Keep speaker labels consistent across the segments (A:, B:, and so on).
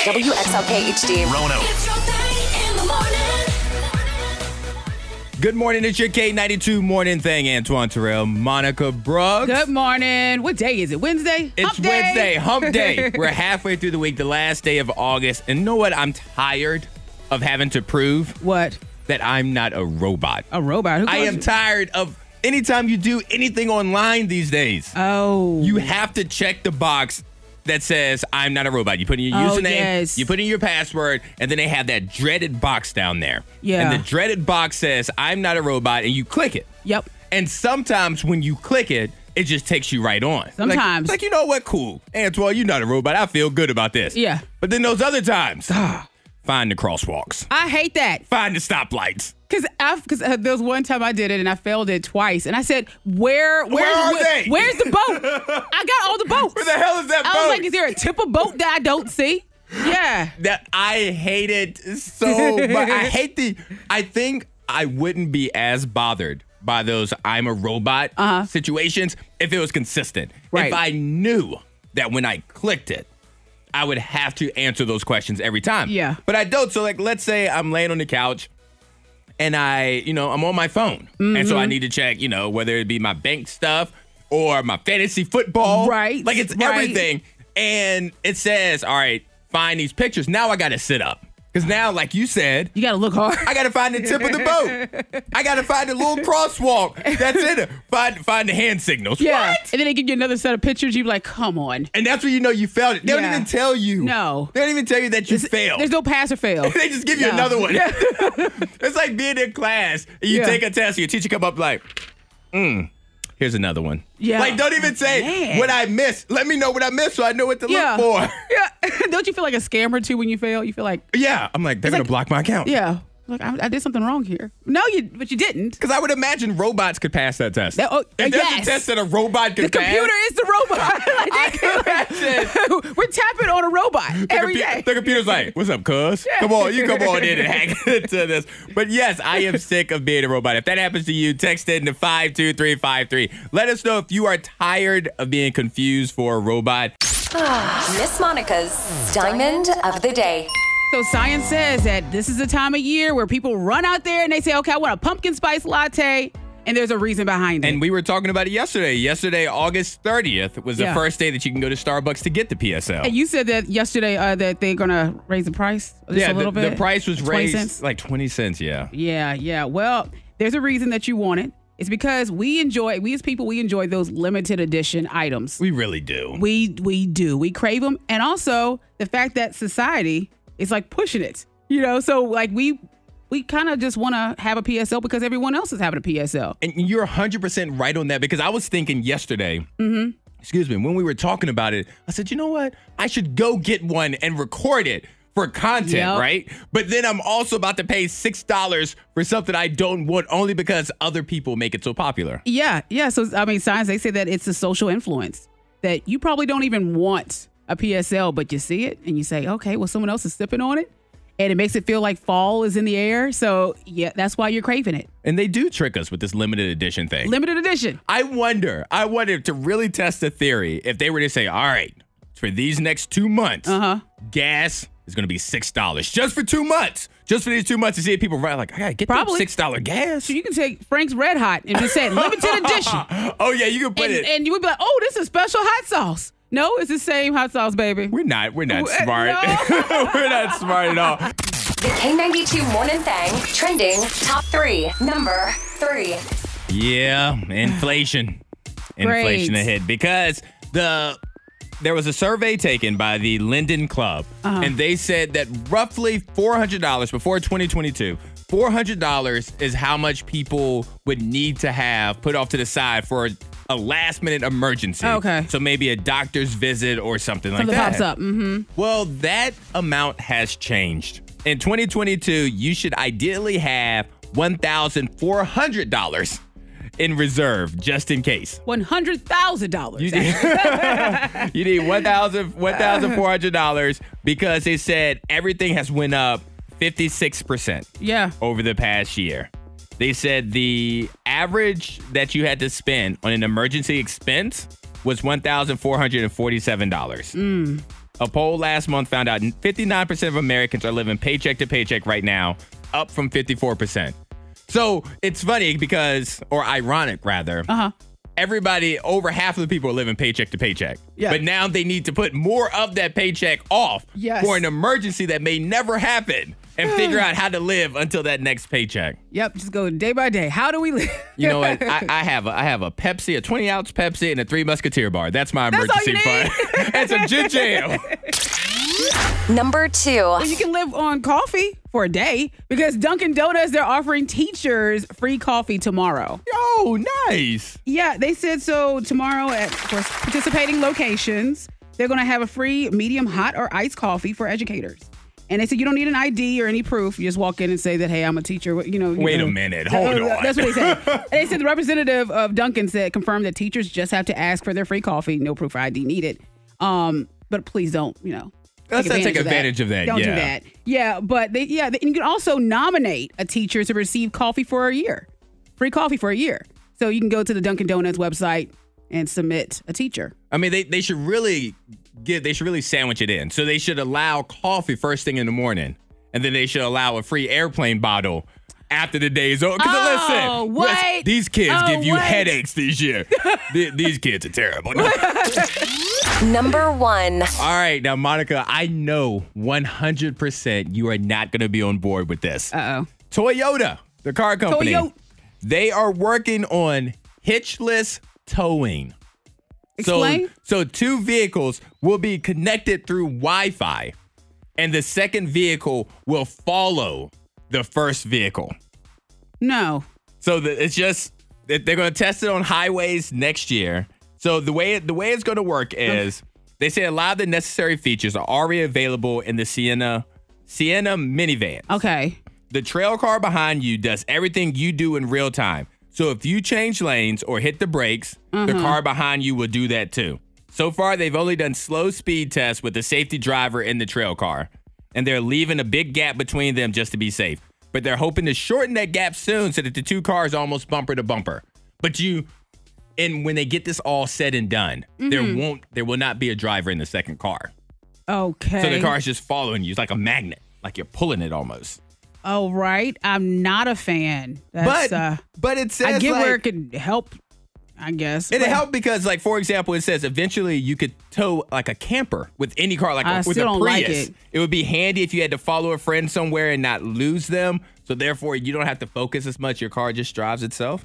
A: WXLK HD.
B: Rono.
C: It's your thing in the morning.
D: Good morning. It's your K92 morning thing. Antoine Terrell, Monica Brooks.
E: Good morning. What day is it? Wednesday?
D: It's
E: Hump day.
D: Wednesday, hump day. We're halfway through the week, the last day of August. And you know what? I'm tired of having to prove
E: what?
D: that I'm not a robot.
E: A robot? Who
D: I
E: calls
D: am
E: you-
D: tired of anytime you do anything online these days,
E: Oh.
D: you have to check the box that says, I'm not a robot. You put in your
E: Oh,
D: username,
E: yes.
D: you put in your password, and then they have that dreaded box down there.
E: Yeah.
D: And the dreaded box says, I'm not a robot, and you click it.
E: Yep.
D: And sometimes when you click it, it just takes you right on. Like-
E: Sometimes.
D: Like, you know what? Cool. Antoine, you're not a robot. I feel good about this.
E: Yeah.
D: But then those other times, ah, find the crosswalks,
E: I hate that
D: find the stoplights.
E: because because uh, there was one time I did it and I failed it twice and I said where where's,
D: are they?"
E: where's the boat? I got all the boats.
D: Where the hell is that
E: I
D: boat?
E: was like, is there a tip of boat that I don't see? Yeah.
D: that I hate it so much. I hate the. I think I wouldn't be as bothered by those "I'm a robot" situations if it was consistent.
E: Uh-huh. Right.
D: If I knew that when I clicked it, I would have to answer those questions every time.
E: Yeah.
D: But I don't. So like, let's say I'm laying on the couch. And I, you know, I'm on my phone. And
E: Mm-hmm.
D: so I need to check, you know, whether it be my bank stuff or my fantasy football.
E: Right,
D: Like it's
E: right.
D: everything thing, and it says, "All right, find these pictures." Now I got to sit up because now, like you said,
E: You gotta look hard.
D: I got to find the tip of the boat. I got to find the little crosswalk. That's it. Find find the hand signals.
E: yeah.
D: What?
E: And then they give you another set of pictures. You're like, come on.
D: And that's where you know you failed it. They don't
E: Yeah.
D: even tell you.
E: No.
D: They don't even tell you that you failed.
E: There's no pass or fail.
D: they just give you
E: No.
D: another one. it's like being in class and you
E: Yeah.
D: take a test and your teacher come up like, mm, here's another one.
E: Yeah.
D: Like, don't even say
E: Man.
D: what I missed. Let me know what I missed so I know what to
E: Yeah.
D: look for.
E: Yeah. don't you feel like a scammer too when you fail? You feel like
D: Yeah, I'm like they're gonna
E: like-
D: block my account.
E: Yeah. Like I, I did something wrong here. No, you but you didn't.
D: because I would imagine robots could pass that test.
E: That- oh,
D: if there's
E: yes.
D: a test that a robot could
E: The
D: pass,
E: computer is the robot. Like,
D: I can imagine.
E: we're tapping on a robot
D: The,
E: every
D: compu-
E: day.
D: the computer's like, "What's up, cuz? Come on, you come on in and hack into this." But yes, I am sick of being a robot. If that happens to you, text in to five two three five three. Let us know if you are tired of being confused for a robot.
A: Miss Monica's Diamond of the Day.
E: So science says that this is a time of year where people run out there and they say, "Okay, I want a pumpkin spice latte," and there's a reason behind it.
D: And we were talking about it yesterday. Yesterday, August 30th was the
E: Yeah.
D: first day that you can go to Starbucks to get the PSL.
E: And you said that yesterday uh, that they're gonna raise the price just
D: yeah,
E: a little
D: the,
E: bit.
D: the price was
E: 20
D: raised
E: cents?
D: like 20 cents, yeah.
E: Yeah, yeah. Well, there's a reason that you want it. It's because we enjoy we as people we enjoy those limited edition items.
D: We really do.
E: We we do. We crave them, and also the fact that society is like pushing it. You know, so like we we kind of just want to have a PSL because everyone else is having a PSL.
D: and you're 100% right on that because I was thinking yesterday, excuse me, when we were talking about it, I said, you know what? I should go get one and record it for content,
E: Yep.
D: right? But then I'm also about to pay $6 for something I don't want only because other people make it so popular.
E: Yeah, yeah. So I mean, science they say that it's a social influence that you probably don't even want a PSL, but you see it and you say, okay, well, someone else is sipping on it, and it makes it feel like fall is in the air. So yeah, that's why you're craving it.
D: And they do trick us with this limited edition thing.
E: Limited edition.
D: I wonder, I wonder to really test the theory if they were to say, all right, for these next two months, uh-huh. gas is going to be $6 just for two months. Just for these two months to see if people right like, I got to get
E: Probably.
D: that $6 gas.
E: So you can take Frank's Red Hot and just say limited edition.
D: oh, yeah, you can put
E: and,
D: it.
E: and you would be like, oh, this is special hot sauce. No, it's the same hot sauce, baby.
D: we're not, we're not
E: Uh,
D: smart. we're not smart at all.
A: The K92 Morning Thing trending top three. Number three.
D: Yeah, inflation. inflation
E: Great.
D: ahead because the there was a survey taken by the Linden Club
E: Uh-huh.
D: and they said that roughly $400 before 2022 $400 is how much people would need to have put off to the side for a, a last minute emergency.
E: Okay.
D: So maybe a doctor's visit or something, like
E: Something
D: that.
E: pops up. hmm
D: Well, that amount has changed. In 2022, you should ideally have $1,400 in reserve just in case.
E: One hundred thousand dollars.
D: You need, you need $1,000 $1,400 because they said everything has went up 56%
E: Yeah.
D: over the past year. They said the average that you had to
E: Mm.
D: spend on an emergency expense was $1,447. A poll last month found out 59% of Americans are living paycheck to paycheck right now, up from 54%. So it's funny because, or ironic rather,
E: Uh-huh.
D: everybody, over half of the people are living paycheck to paycheck.
E: Yeah.
D: But now they need to put more of that paycheck off
E: Yes.
D: for an emergency that may never happen and figure out how to live until that next paycheck.
E: Yep. Just go day by day. How do we live?
D: You know what? I, I have a, I have a Pepsi, a 20 ounce Pepsi, and a three Musketeer bar. That's my
E: That's all
D: emergency
E: you
D: fund. That's a gin jam.
A: Number two.
E: you can live on coffee for a day because Dunkin' Donuts they're offering teachers free coffee tomorrow.
D: Yo, nice.
E: Yeah, they said so tomorrow at of course, participating locations. They're going to have a free medium hot or iced coffee for educators. And they said you don't need an ID or any proof. You just walk in and say that, hey, I'm a teacher. You know. you
D: Wait
E: know.
D: a minute.
E: Uh,
D: Hold
E: uh,
D: on.
E: That's what they said. and they said the representative of Duncan said confirmed that teachers just have to ask for their free coffee, no proof of ID needed. Um, but please don't, you know.
D: Let's not take advantage of that,
E: Don't do
D: yeah.
E: that. Yeah, but they, yeah, and you can also nominate a teacher to receive coffee for a year, free coffee for a year. So you can go to the Dunkin' Donuts website and submit a teacher.
D: I mean, they, they should really give they should really sandwich it in. So they should allow coffee first thing in the morning, and then they should allow a free airplane bottle after the day is over. 'Cause
E: Oh,
D: listen,
E: wait.
D: listen, these kids
E: Oh,
D: give you
E: wait.
D: headaches this year. Th- these kids are terrible. No.
A: Number one.
D: All right, now Monica, I know 100% you are not going to be on board with this.
E: Uh oh.
D: Toyota, the car company,
E: Toyo-
D: they are working on hitchless towing.
E: Explain.
D: So, so two vehicles will be connected through Wi-Fi, and the second vehicle will follow the first vehicle.
E: no.
D: So the, it's just that they're going to test it on highways next year. So the way the way it's going to work is they say a lot of the necessary features are already available in the Sienna Sienna minivan.
E: Okay.
D: The trail car behind you does everything you do in real time. So if you change lanes or hit the brakes, the car behind you will do that too. So far, they've only done slow speed tests with the safety driver in the trail car, and they're leaving a big gap between them just to be safe. But they're hoping to shorten that gap soon so that the two cars almost bumper to bumper. But you, and when they get this all said and done, there won't, there will not be a driver in the second car.
E: Okay.
D: So the car is just following you. It's like a magnet, like you're pulling it almost.
E: All right. I'm not a fan. That's,
D: But
E: uh,
D: but it says
E: I get
D: like,
E: where it could help, I guess.
D: It'll
E: But
D: help because, like, for example, it says eventually you could tow like a camper with any car, like
E: I
D: a, with
E: still
D: a
E: don't like
D: Prius.
E: it.
D: would be handy if you had to follow a friend somewhere and not lose them. So therefore, you don't have to focus as much. Your car just drives itself.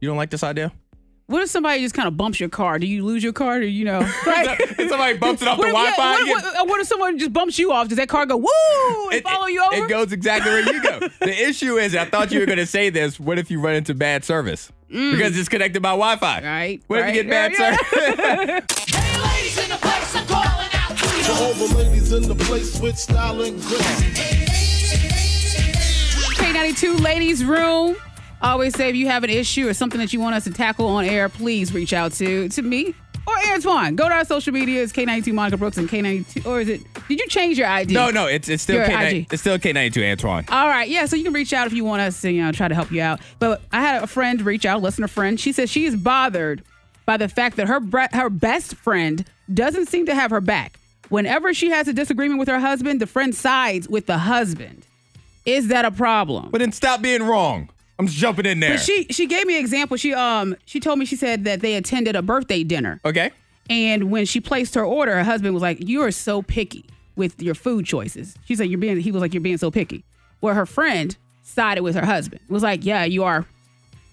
D: You don't like this idea?
E: What if somebody just kind of bumps your car? Do you lose your car? Do you know? Right?
D: If somebody bumps it off the
E: What if, yeah,
D: Wi-Fi,
E: what,
D: you-
E: what- what if someone just bumps you off? Does that car go woo and follow you over?
D: It goes exactly where you go. the issue is, I thought you were going to say this. What if you run into bad service because it's connected by Wi-Fi?
E: Mm. Right,
D: What if you
E: right,
D: get bad
E: right,
D: service?
C: Hey, ladies in the place, I'm calling out to you.
B: To all the ladies in the place with style and grace.
E: K92 Ladies Room. I Always say if you have an issue or something that you want us to tackle on air, please reach out to to me or Antoine. Go to our social media. It's K92 Monica Brooks and K92. Or is it? Did you change your ID?
D: No, no, it's it's still
E: Your
D: K
E: IG.
D: it's still K ninety two Antoine.
E: All right, yeah. So you can reach out if you want us to, you know, try to help you out. But I had a friend reach out, listener friend. She says she is bothered by the fact that her bre- her best friend doesn't seem to have her back. Whenever she has a disagreement with her husband, the friend sides with the husband. Is that a problem?
D: But then stop being wrong. I'm just jumping in there.
E: But she she gave me an example. She um she told me she said that they attended a birthday dinner.
D: okay.
E: And when she placed her order, her husband was like, "You are so picky with your food choices." She said, "You're being." He was like, "You're being so picky." Where her friend sided with her husband was like, "Yeah, you are.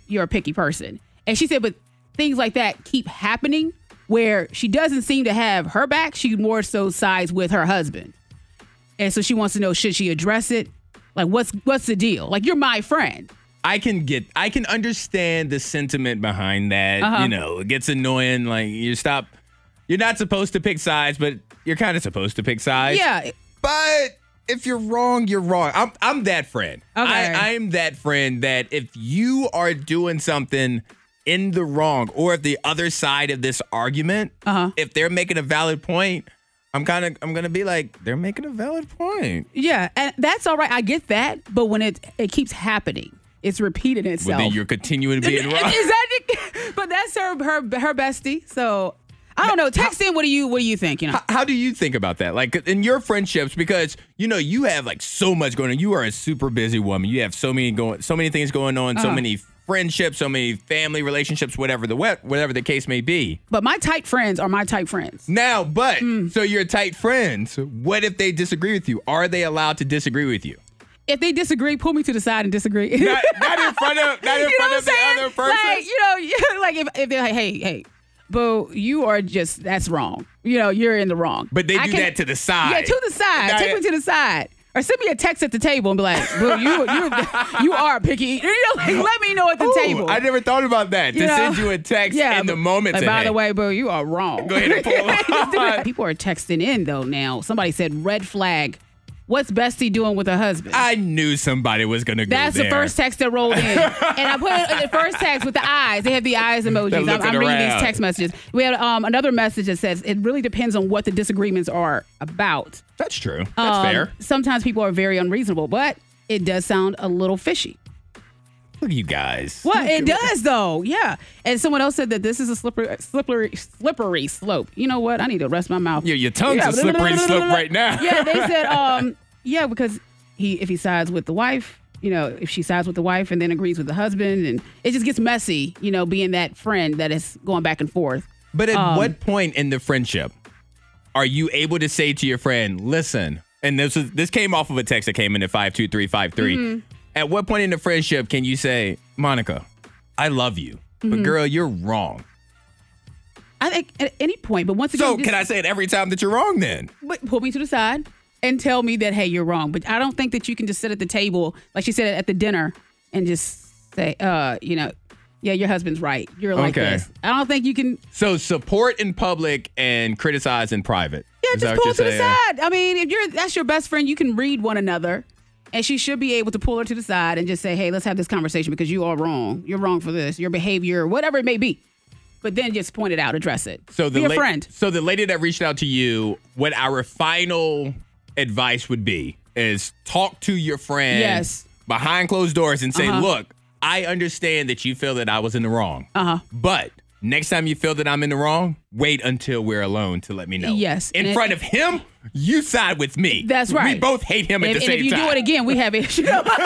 E: You're a picky person." And she said, "But things like that keep happening where she doesn't seem to have her back. She more so sides with her husband." And so she wants to know should she address it? Like what's what's the deal? Like you're my friend.
D: I can get I can understand the sentiment behind that.
E: Uh-huh.
D: You know, it gets annoying. Like you stop you're not supposed to pick sides, but you're kind of supposed to pick sides.
E: yeah.
D: But if you're wrong, you're wrong. I'm I'm that friend.
E: Okay.
D: I, I'm that friend that if you are doing something in the wrong, or if the other side of this argument,
E: Uh-huh.
D: if they're making a valid point, I'm kind of I'm gonna be like, they're making a valid point.
E: Yeah, and that's all right. I get that, but when it it keeps happening, it's repeating
D: Well,
E: itself.
D: then you're continuing being
E: Is
D: wrong.
E: that the- but that's her her her bestie. So I don't know. Text in. What do you What do you think? You know.
D: How, how do you think about that? Like in your friendships, because you know you have like so much going on. You are a super busy woman. You have so many going, so many things going on, so many friendships, so many family relationships, whatever the what, whatever the case may be.
E: But my tight friends are my tight friends.
D: Now, but so you're tight friends. What if they disagree with you? Are they allowed to disagree with you?
E: If they disagree, pull me to the side and disagree.
D: Not, not in front of, not in
E: you know
D: front
E: what I'm
D: of the
E: saying?
D: other person.
E: Like, you know, you- like if, if they're like, hey, hey, boo, you are just, that's wrong. You know, you're in the wrong.
D: But they
E: I
D: do
E: can-
D: that to the side.
E: Yeah, to the side.
D: Now
E: Take
D: that-
E: me to the side. Or send me a text at the table and be like, boo, you, you, you are a picky eater. You know, like, let me know at the
D: Ooh,
E: table.
D: I never thought about that.
E: You
D: to
E: know?
D: send you a text in the
E: but-
D: moment.
E: like,
D: to,
E: by
D: hey,
E: the way, boo, you are wrong.
D: Go ahead and pull up.
E: People are texting in, though, now. Somebody said, red flag. What's Bestie doing with her husband?
D: I knew somebody was gonna go
E: That's the
D: there.
E: first text that rolled in. and I put it- the first text with the eyes. They have the eyes emojis.
D: They're
E: I'm,
D: looking
E: I'm reading
D: around.
E: these text messages. We had um, another message that says it really depends on what the disagreements are about.
D: That's true. That's
E: Um,
D: fair.
E: Sometimes people are very unreasonable, but it does sound a little fishy.
D: Look at you guys.
E: Well, it does though. Yeah. And someone else said that this is a slippery, slippery, slippery slope. You know what? I need to rest my mouth.
D: Your, your tongue's
E: Yeah,
D: a slippery slope right now.
E: Yeah, they said, um, yeah, because he if he sides with the wife, you know, if she sides with the wife and then agrees with the husband, and it just gets messy, you know, being that friend that is going back and forth.
D: But at
E: Um,
D: what point in the friendship are you able to say to your friend, "Listen"? And this was this came off of a text that came in at five two three five
E: Mm-hmm.
D: three. At what point in the friendship can you say, Monica, I love you,
E: Mm-hmm.
D: but girl, you're wrong.
E: I think at any point, but once again,
D: So
E: just
D: can I say it every time that you're wrong? Then
E: but pull me to the side and tell me that hey, you're wrong. But I don't think that you can just sit at the table like she said at the dinner and just say, uh, you know, yeah, your husband's right. You're like
D: Okay.
E: this. I don't think you can
D: so support in public and criticize in private.
E: Yeah,
D: Is that
E: just
D: what
E: pull
D: you're
E: to the
D: saying?
E: side. I mean, if you're that's your best friend, you can read one another. And she should be able to pull her to the side and just say, hey, let's have this conversation because you are wrong. You're wrong for this, your behavior, whatever it may be. But then just point it out, address it.
D: So the
E: be a
D: la-
E: friend.
D: So the lady that reached out to you, what our final advice would be is talk to your friend
E: Yes. Uh-huh.
D: behind closed doors and say, "Look, I understand that you feel that I was in the wrong. Uh-huh. But next time you feel that I'm in the wrong, wait until we're alone to let me know.
E: Yes,
D: In
E: and it-
D: front of him, you side with me.
E: That's right.
D: We both hate him
E: and,
D: at the
E: and
D: same
E: if you
D: time.
E: do it again, we have issues.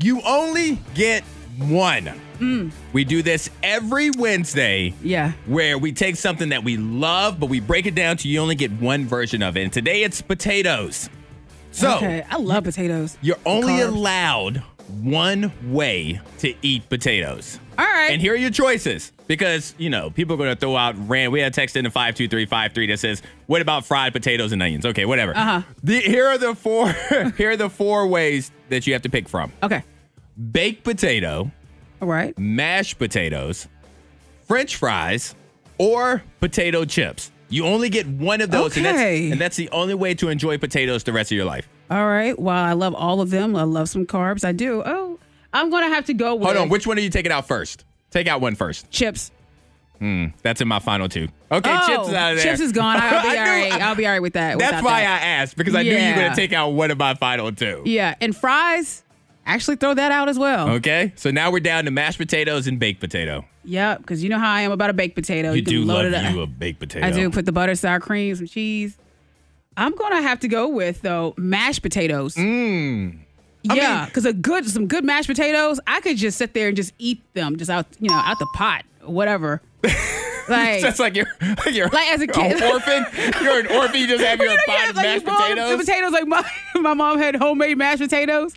D: You only get one.
E: Mm.
D: We do this every Wednesday.
E: Yeah.
D: Where we take something that we love, but we break it down to you only get one version of it. And today it's potatoes. So
E: okay. I love potatoes.
D: you're only
E: Carbs.
D: allowed one way to eat potatoes.
E: All right.
D: And here are your choices because, you know, people are going to throw out ran. We had a text in to 52353 that says, "What about fried potatoes and onions?" Okay, whatever. Uh-huh. The, here are the four here are the four ways that you have to pick from
E: Okay.
D: baked potato,
E: All right.
D: mashed potatoes, french fries, or potato chips. You only get one of those, and,
E: Okay.
D: that's, and that's the only way to enjoy potatoes the rest of your life.
E: All right. Well, I love all of them. I love some carbs. I do. Oh, I'm gonna have to go with
D: Hold on, which one are you taking out first? Take out one first.
E: chips.
D: That's in my final two. Okay,
E: Oh,
D: chips is out of there.
E: Chips is gone. I'll be
D: I
E: all
D: knew-
E: right. I'll be all right with that.
D: That's
E: without
D: why
E: that.
D: I asked because I knew you were
E: Yeah.
D: gonna take out one of my final two.
E: Yeah, and fries. Actually, throw that out as well.
D: Okay, so now we're down to mashed potatoes and baked potato.
E: Yep, because you know how I am about a baked potato.
D: You,
E: can
D: do love
E: load it up.
D: you a baked potato.
E: I do put the butter, sour cream, some cheese. I'm gonna have to go with though mashed potatoes.
D: Mm.
E: Mmm. Yeah, because a good some good mashed potatoes, I could just sit there and just eat them, just out you know out the pot, whatever. like,
D: That's like you're you're
E: Like as a kid.
D: an orphan. You're an orphan. You just have your
E: You know,
D: pot
E: yeah,
D: of
E: like
D: mashed
E: you boil
D: potatoes.
E: The potatoes like my my mom had homemade mashed potatoes.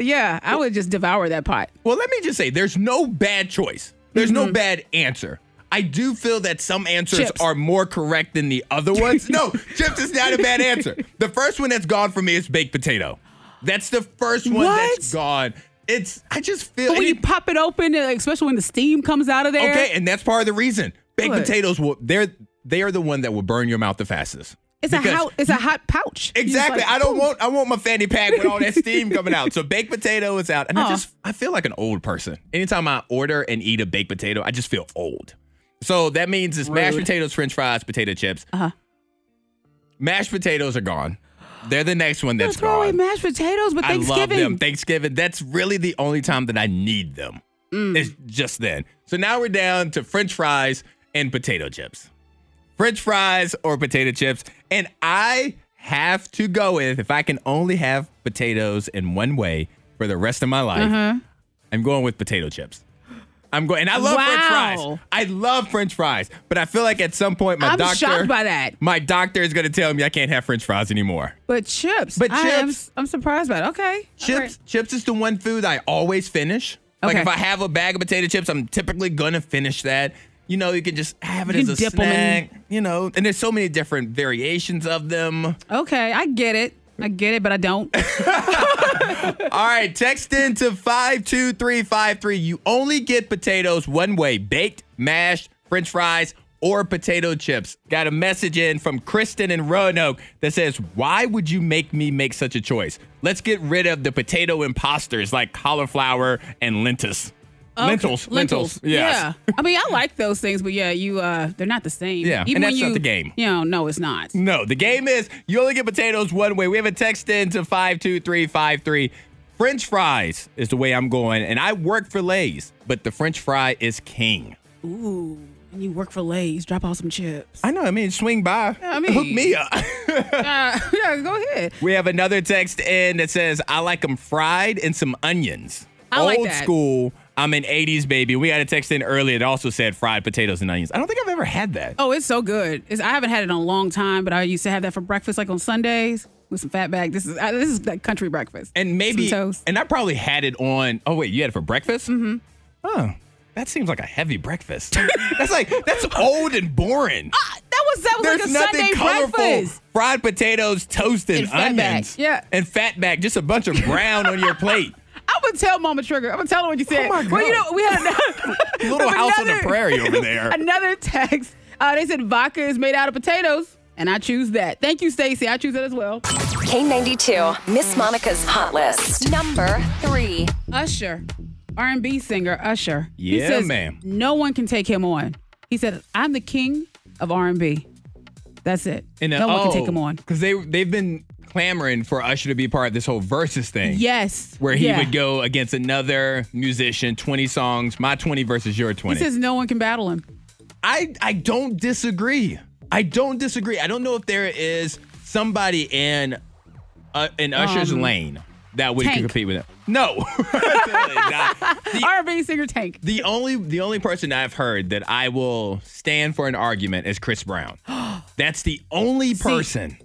E: Yeah, I would just devour that pot.
D: Well, let me just say, there's no bad choice. There's no bad answer. I do feel that some answers
E: Mm-hmm. Chips.
D: are more correct than the other ones. no, chips is not a bad answer. The first one that's gone for me is baked potato. That's the first one that's
E: What?
D: gone. It's I just feel
E: But when you
D: any-
E: pop it open, and, like, especially when the steam comes out of there.
D: okay, and that's part of the reason. Baked
E: What?
D: potatoes will they're they are the one that will burn your mouth the fastest.
E: It's a
D: Because-
E: hot, it's a hot pouch. You just
D: Exactly.
E: like,
D: I don't
E: boom.
D: want I want my fanny pack with all that steam coming out. So baked potato is out. And I
E: Aw.
D: just I feel like an old person. Anytime I order and eat a baked potato, I just feel old. So that means it's mashed
E: Rude.
D: potatoes, french fries, potato chips. Uh-huh. Mashed potatoes are gone. They're the next one
E: You
D: that's
E: throw away
D: gone.
E: mashed potatoes, but
D: I love
E: Thanksgiving.
D: them. Thanksgiving. That's really the only time that I need them.
E: Mm.
D: It's just then. So now we're down to french fries and potato chips. French fries or potato chips. And I have to go with if I can only have potatoes in one way for the rest of my life,
E: Uh-huh.
D: I'm going with potato chips. I'm going, and I love French fries.
E: Wow.
D: I love French fries, but I feel like at some point my
E: I'm
D: doctor,
E: shocked by that.
D: my doctor is going to tell me I can't have French fries anymore.
E: But chips.
D: But
E: I am-
D: chips-
E: I'm surprised by it. Okay.
D: Chips, chips is the one food I always finish. Like
E: Okay.
D: if I have a bag of potato chips, I'm typically gonna finish that. You know, you can just have it
E: You
D: as
E: can
D: a
E: dip 'em in-
D: snack. You know, and there's so many different variations of them.
E: Okay. I get it. I get it, but I don't.
D: All right, text in to five two three five three. You only get potatoes one way: baked, mashed, French fries, or potato chips. Got a message in from Kristen in Roanoke that says, "Why would you make me make such a choice? Let's get rid of the potato imposters like cauliflower and lentis." Lentils,
E: Okay.
D: lentils, yes.
E: Yeah. I mean, I like those things, but yeah, you uh they're not the same.
D: Yeah, and that's not the game. Mm.
E: You know, no, it's not.
D: No, the game is you only get potatoes one way. We have a text in to 52353. French fries is the way I'm going, and I work for Lay's, but the French fry is king.
E: Ooh. And you work for Lay's, drop off some chips.
D: I know. I mean, swing by.
E: I mean-
D: hook me up.
E: Uh, yeah, go ahead.
D: we have another text in that says, "I like them fried and some onions."
E: I like
D: Old
E: that.
D: school. I'm an '80s baby. We got a text in earlier that also said fried potatoes and onions. I don't think I've ever had that.
E: Oh, it's so good. It's, I haven't had it in a long time, but I used to have that for breakfast, like on Sundays with some fat bag. This is uh, this is like country breakfast.
D: And maybe,
E: some toast.
D: and I probably had it on. Oh wait, you had it for breakfast? Mm-hmm. Oh, that seems like a heavy breakfast. that's like that's old and boring.
E: Ah, that was that was
D: There's
E: Oh, like a
D: nothing
E: Sunday
D: colorful.
E: breakfast.
D: Fried potatoes, toasted
E: And fat back.
D: onions,
E: Yeah.
D: and fatback. Just a bunch of brown on your plate.
E: I would tell Mama Trigger. I'm gonna tell her what you said.
D: my
E: Well, you
D: God.
E: know, we had another,
D: Little house on the prairie over there.
E: another text. Uh, they said vodka is made out of potatoes, and I choose that. Thank you, Stacy. I choose that as well.
A: K92, Miss Monica's Hot List. Number three.
E: Usher, R&B singer Usher.
D: Yeah,
E: he says,
D: ma'am.
E: No one can take him on. He said, "I'm the king of R&B." That's it. no one can take him on.
D: because oh, they they've been clamoring for Usher to be part of this whole versus thing.
E: Yes.
D: Where he
E: Yeah.
D: would go against another musician, 20 songs, my 20 versus your 20.
E: He says no one can battle him.
D: I I don't disagree. I don't disagree. I don't know if there is somebody in uh, in Usher's
E: Um,
D: lane that would
E: Tank.
D: compete with him. No. Absolutely not. The-
E: R&B singer Tank.
D: the only the only person I've heard that I will stand for an argument is Chris Brown. That's the only person.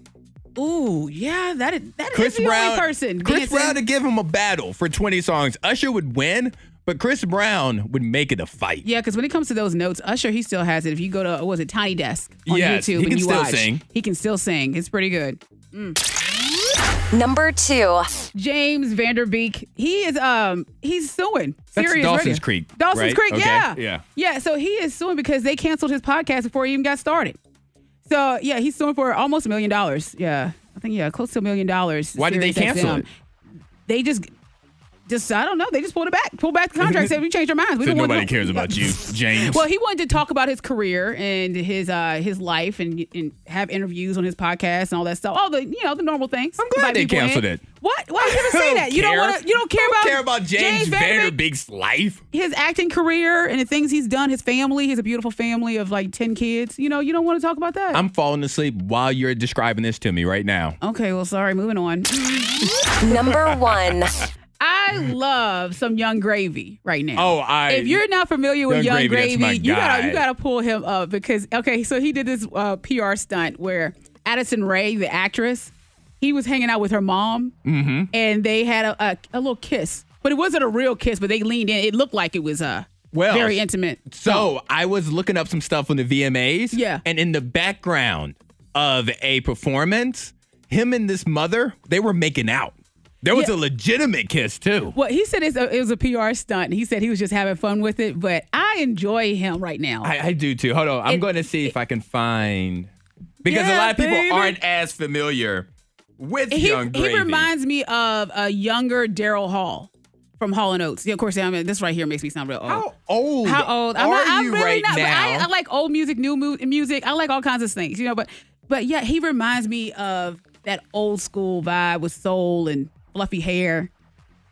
E: Ooh, yeah, that is, that is
D: Chris
E: the
D: Brown.
E: only person.
D: Chris
E: dancing.
D: Brown to give him a battle for 20 songs. Usher would win, but Chris Brown would make it a fight.
E: Yeah, because when it comes to those notes, Usher he still has it. If you go to what was it Tiny Desk on
D: Yes,
E: YouTube
D: he
E: and
D: can
E: you
D: still
E: watch,
D: sing.
E: he can still sing. It's pretty good.
A: Number two.
E: James Vanderbeek, he is um he's suing.
D: That's
E: Serious
D: Dawson's
E: radio.
D: Creek,
E: Dawson's
D: right?
E: Creek,
D: Okay,
E: yeah,
D: yeah.
E: yeah. So he is suing because they canceled his podcast before he even got started. So yeah, he's suing for almost a million dollars. Yeah, I think yeah, close to a million dollars.
D: Why did they
E: Sirius
D: cancel
E: XM.
D: it?
E: They just. Just I don't know. They just pulled it back, pulled back the contract. said we changed our minds.
D: So
E: We don't want-
D: nobody cares about you, James.
E: Well, he wanted to talk about his career and his uh, his life and and have interviews on his podcast and all that stuff. All the you know the normal things. I'm
D: glad they canceled it.
E: What? Why are you gonna say that? You don't want to. You don't care about
D: care about James,
E: Vanderbeek,
D: Vanderbeek's life.
E: his acting career and the things he's done. His family. He's a beautiful family of like ten kids. You know, you don't want to talk about that.
D: I'm falling asleep while you're describing this to me right now.
E: okay. Well, sorry. Moving on.
A: Number one.
E: I love some Young Gravy right now.
D: Oh, I-
E: If you're not familiar with
D: Young
E: Young,
D: Gravy, that's
E: Gravy,
D: my
E: you gotta
D: guy.
E: you gotta pull him up because okay, so he did this uh, PR stunt where Addison Ray, the actress, he was hanging out with her mom,
D: Mm-hmm.
E: and they had a, a a little kiss, but it wasn't a real kiss, but they leaned in. It looked like it was uh
D: Well,
E: very intimate.
D: So I was looking up some stuff on the VMAs.
E: Yeah.
D: And in the background of a performance, him and this mother, they were making out. There was
E: Yeah.
D: a legitimate kiss too.
E: Well, he said it's a, it was a PR stunt. He said he was just having fun with it, but I enjoy him right now.
D: I, I do too. Hold on. I'm
E: It-
D: going to see if I can find because a
E: Yeah,
D: lot of people
E: baby.
D: aren't as familiar with
E: he,
D: Young Gravy.
E: he reminds me of a younger Daryl Hall from Hall and Oates. Yeah, of course. I mean, this right here makes me sound real old.
D: how old?
E: How old?
D: Are
E: I'm not, I'm
D: you
E: really
D: right
E: not. but
D: now?
E: I, I like old music, new mu- music. I like all kinds of things, you know. But but yeah, he reminds me of that old school vibe with soul and fluffy hair.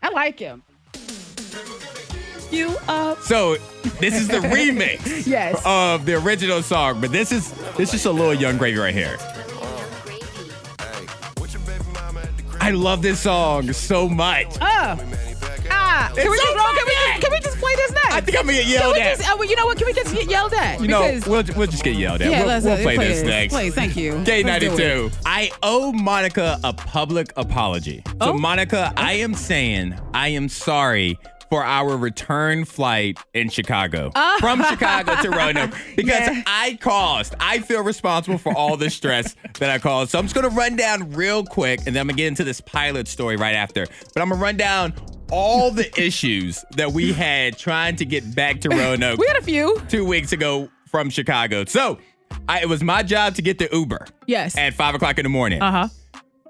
E: I like him. you up.
D: So this is the remix
E: Yes.
D: of the original song, but this is this is just a little Young Gravy right here. I love this song so much.
E: Uh, ah, can, we
D: It's
E: just,
D: so
E: can, we just, can we just play this next?
D: I think I'm gonna get
E: can
D: yelled
E: we
D: at.
E: just, uh, well, You know what? Can we just get yelled at?
D: You know,
E: Because-
D: we'll, we'll just get yelled at.
E: yeah,
D: we'll
E: let's,
D: we'll
E: uh,
D: play, this
E: it.
D: next.
E: Please, thank you. Let's do it.
D: K92. I owe Monica a public apology. So,
E: Oh.
D: Monica, I am saying I am sorry for our return flight in Chicago.
E: Oh.
D: From Chicago to Roanoke. Because
E: Yeah.
D: I caused, I feel responsible for all the stress that I caused. So, I'm just going to run down real quick and then I'm going to get into this pilot story right after. But I'm going to run down all the issues that we had trying to get back to Roanoke
E: We had a few.
D: two weeks ago from Chicago. So I, it was my job to get the Uber.
E: Yes.
D: At five o'clock in the morning.
E: Uh huh.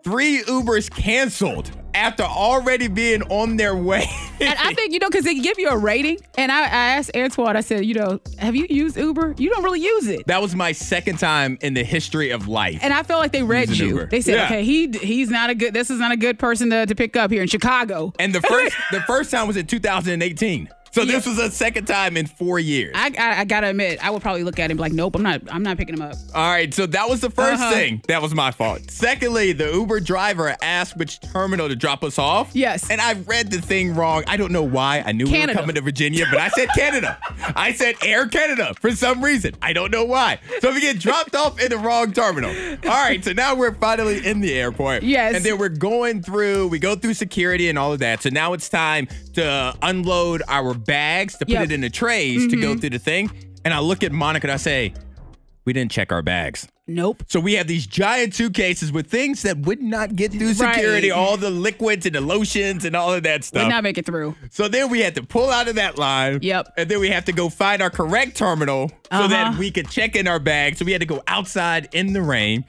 D: Three Ubers canceled after already being on their way.
E: And I think, you know, because they give you a rating. And I, I asked Antoine, I said, you know, have you used Uber? You don't really use it.
D: that was my second time in the history of life.
E: And I felt like they read
D: Using
E: you.
D: Uber.
E: They said,
D: Yeah.
E: okay, he he's not a good, this is not a good person to, to pick up here in Chicago.
D: and the first the first time was in 2018. So this was the second time in four years.
E: I, I, I gotta admit, I would probably look at him like, nope, I'm not, I'm not picking him up.
D: All right, so that was the 1st
E: Uh-huh.
D: thing. That was my fault. Secondly, the Uber driver asked which terminal to drop us off.
E: Yes.
D: And I read the thing wrong. I don't know why. I knew we
E: Canada.
D: were coming to Virginia, but I said Canada. I said Air Canada for some reason. I don't know why. So we get dropped off in the wrong terminal. All right, so now we're finally in the airport.
E: Yes.
D: And then we're going through, we go through security and all of that. So now it's time to unload our bags, to put
E: Yep. Mm-hmm.
D: it in the trays, to go through the thing. And I look at Monica and I say, we didn't check our bags.
E: Nope.
D: So we have these giant suitcases with things that would not get through
E: Right.
D: security, all the liquids and the lotions and all of that
E: Did
D: stuff.
E: not make it through.
D: so then we had to pull out of that line.
E: Yep.
D: And then we have to go find our correct terminal so that
E: Uh-huh.
D: we could check in our bags. So we had to go outside in the rain.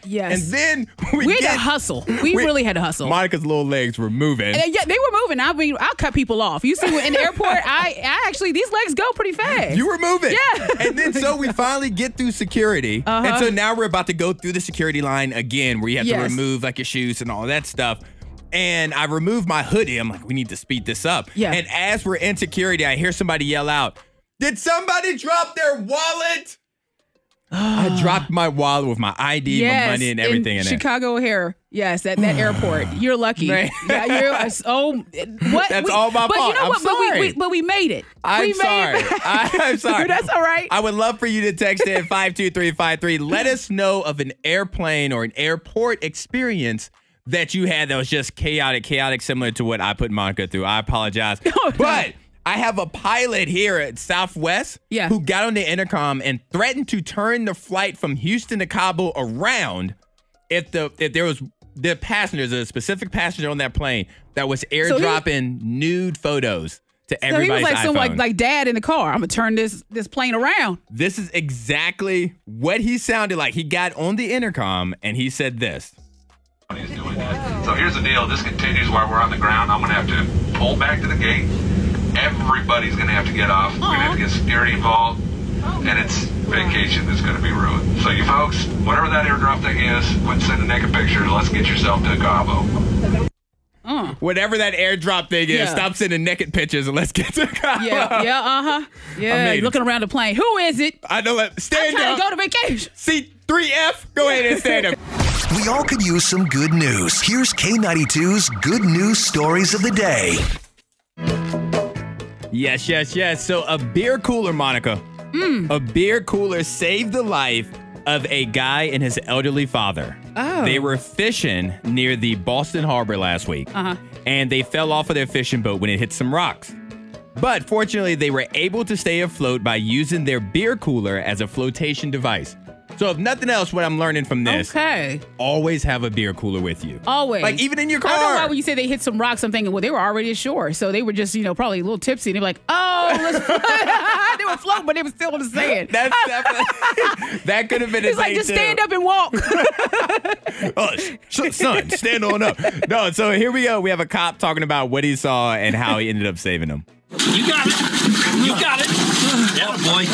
D: And
E: Yes.
D: then we,
E: We had
D: get,
E: to hustle. We,
D: we-
E: really had to hustle.
D: Monica's little legs were moving.
E: And uh, yeah, they were moving. I mean, I'll cut people off. You see, in the airport, I, I actually these legs go pretty fast.
D: You were moving.
E: Yeah. Uh-huh.
D: And then so we finally get through security. And so now we're about to go through the security line again where you have to
E: Yes.
D: remove like your shoes and all that stuff. And I removed my hoodie. I'm like, we need to speed this up.
E: Yeah.
D: And as we're in security, I hear somebody yell out, Did somebody drop their wallet? I dropped my wallet with my ID, my money, and everything in,
E: in
D: it.
E: Chicago O'Hare. Yes, at that airport. You're lucky.
D: Man.
E: Yeah, you're oh what?
D: That's all my
E: but
D: fault.
E: You know
D: I'm
E: what? But we,
D: sorry.
E: we but we made it.
D: I'm
E: we
D: sorry.
E: Made it.
D: I, am sorry.
E: That's all right.
D: I would love for you to text in 52353. Let us know of an airplane or an airport experience that you had that was just chaotic, chaotic, similar to what I put Monica through. I apologize.
E: no.
D: But I have a pilot here at Southwest
E: Yeah.
D: who got on the intercom and threatened to turn the flight from Houston to Kabul around if the if there was the passengers, a specific passenger on that plane that was
E: he-
D: airdropping nude photos to
E: so he was
D: everybody's
E: like
D: iPhone.
E: some like, like dad in the car. I'm gonna turn this this plane around.
D: This is exactly what he sounded like. He got on the intercom and he said this.
F: So here's the deal. This continues while we're on the ground. I'm going to have to pull back to the gate. Everybody's going to have to get off. We're going to have to get security involved. And it's vacation that's going to be ruined. So you folks, whatever that airdrop thing is, quit sending naked pictures. Let's get yourself to Cabo.
D: Whatever that airdrop thing is,
E: Yeah.
D: stop sending naked pictures and let's get to Kyle.
E: Yeah, yeah, uh huh. Yeah,
D: made it.
E: looking around the plane. Who is it?
D: I know that.
E: I'm
D: Stand
E: trying
D: up.
E: to go to vacation.
D: C3F, go ahead and stand up.
G: We all could use some good news. Here's K92's good news stories of the day.
D: yes, yes, yes. So a beer cooler, Monica.
E: Hmm.
D: A beer cooler saved the life of a guy and his elderly father.
E: Oh.
D: They were fishing near the Boston Harbor last week.
E: Uh huh.
D: and they fell off of their fishing boat when it hit some rocks. But fortunately, they were able to stay afloat by using their beer cooler as a flotation device. So, if nothing else, what I'm learning from this,
E: Okay.
D: always have a beer cooler with you.
E: Always.
D: Like, even in your
E: I don't know why
D: car.
E: when you say they hit some rocks, I'm thinking, well, they were already ashore. So they were just, you know, probably a little tipsy. And they were like, oh, let's float. they were floating, but they were still on the sand.
D: That's definitely, that could have been a
E: It's like,
D: thing,
E: just
D: too.
E: stand up and walk.
D: Oh, sh- son, stand on up. No, so here we go. We have a cop talking about what he saw and how he ended up saving them.
H: You got it. You got it. Yeah, boy.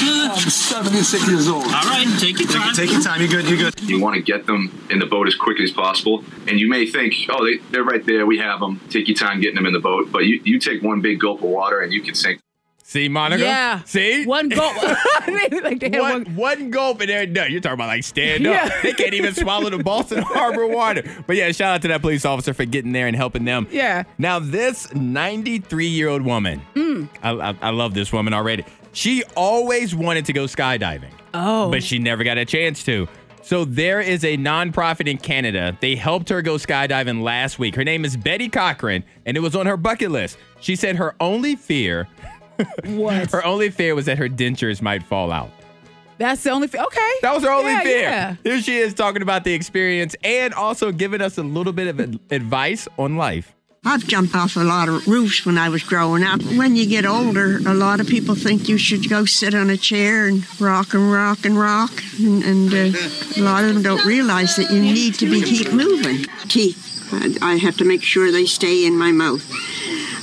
I: I'm 76 years old.
H: All right, take your time.
I: Take your time. You're good. You're good.
J: You want to get them in the boat as quickly as possible. And you may think, oh, they, they're right there. We have them. Take your time getting them in the boat. But you, you take one big gulp of water and you can sink.
D: See, Monica?
E: Yeah.
D: See?
E: One gulp. like they had
D: One,
E: one-
D: one gulp and they're done. You're talking about like stand up.
E: Yeah.
D: They can't even swallow the Boston Harbor water. But yeah, shout out to that police officer for getting there and helping them.
E: Yeah.
D: Now, this 93 year old woman,
E: Mm.
D: I, I, I love this woman already. She always wanted to go skydiving,
E: Oh.
D: but she never got a chance to. So there is a nonprofit in Canada. They helped her go skydiving last week. Her name is Betty Cochran, and it was on her bucket list. She said her only fear,
E: what?
D: her only fear was that her dentures might fall out.
E: That's the only. Fi- okay.
D: That was her only
E: Yeah,
D: fear.
E: yeah.
D: Here she is talking about the experience and also giving us a little bit of ad- advice on life.
K: I've jumped off a lot of roofs when I was growing up. When you get older, a lot of people think you should go sit on a chair and rock and rock and rock. And, and uh, a lot of them don't realize that you need to be keep moving. Teeth. I, I have to make sure they stay in my mouth.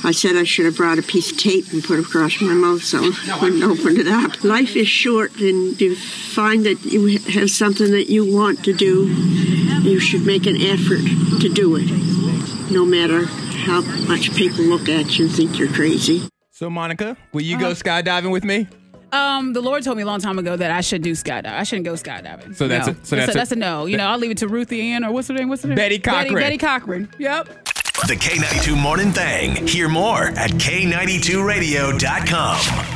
K: I said I should have brought a piece of tape and put it across my mouth so I wouldn't open it up. Life is short, and you find that you have something that you want to do, you should make an effort to do it, no matter how much people look at you and think you're crazy.
D: So, Monica, will you
E: Uh-huh.
D: go skydiving with me?
E: Um, the Lord told me a long time ago that I should do skydiving. I shouldn't go skydiving.
D: So that's
E: no.
D: a- so that's a-
E: that's a no. You know, I'll leave it to Ruthie Ann or what's her name? What's her name?
D: Betty Cochran.
E: Betty, Betty Cochran. Yep.
G: The K92 Morning Thing. Hear more at K92Radio.com.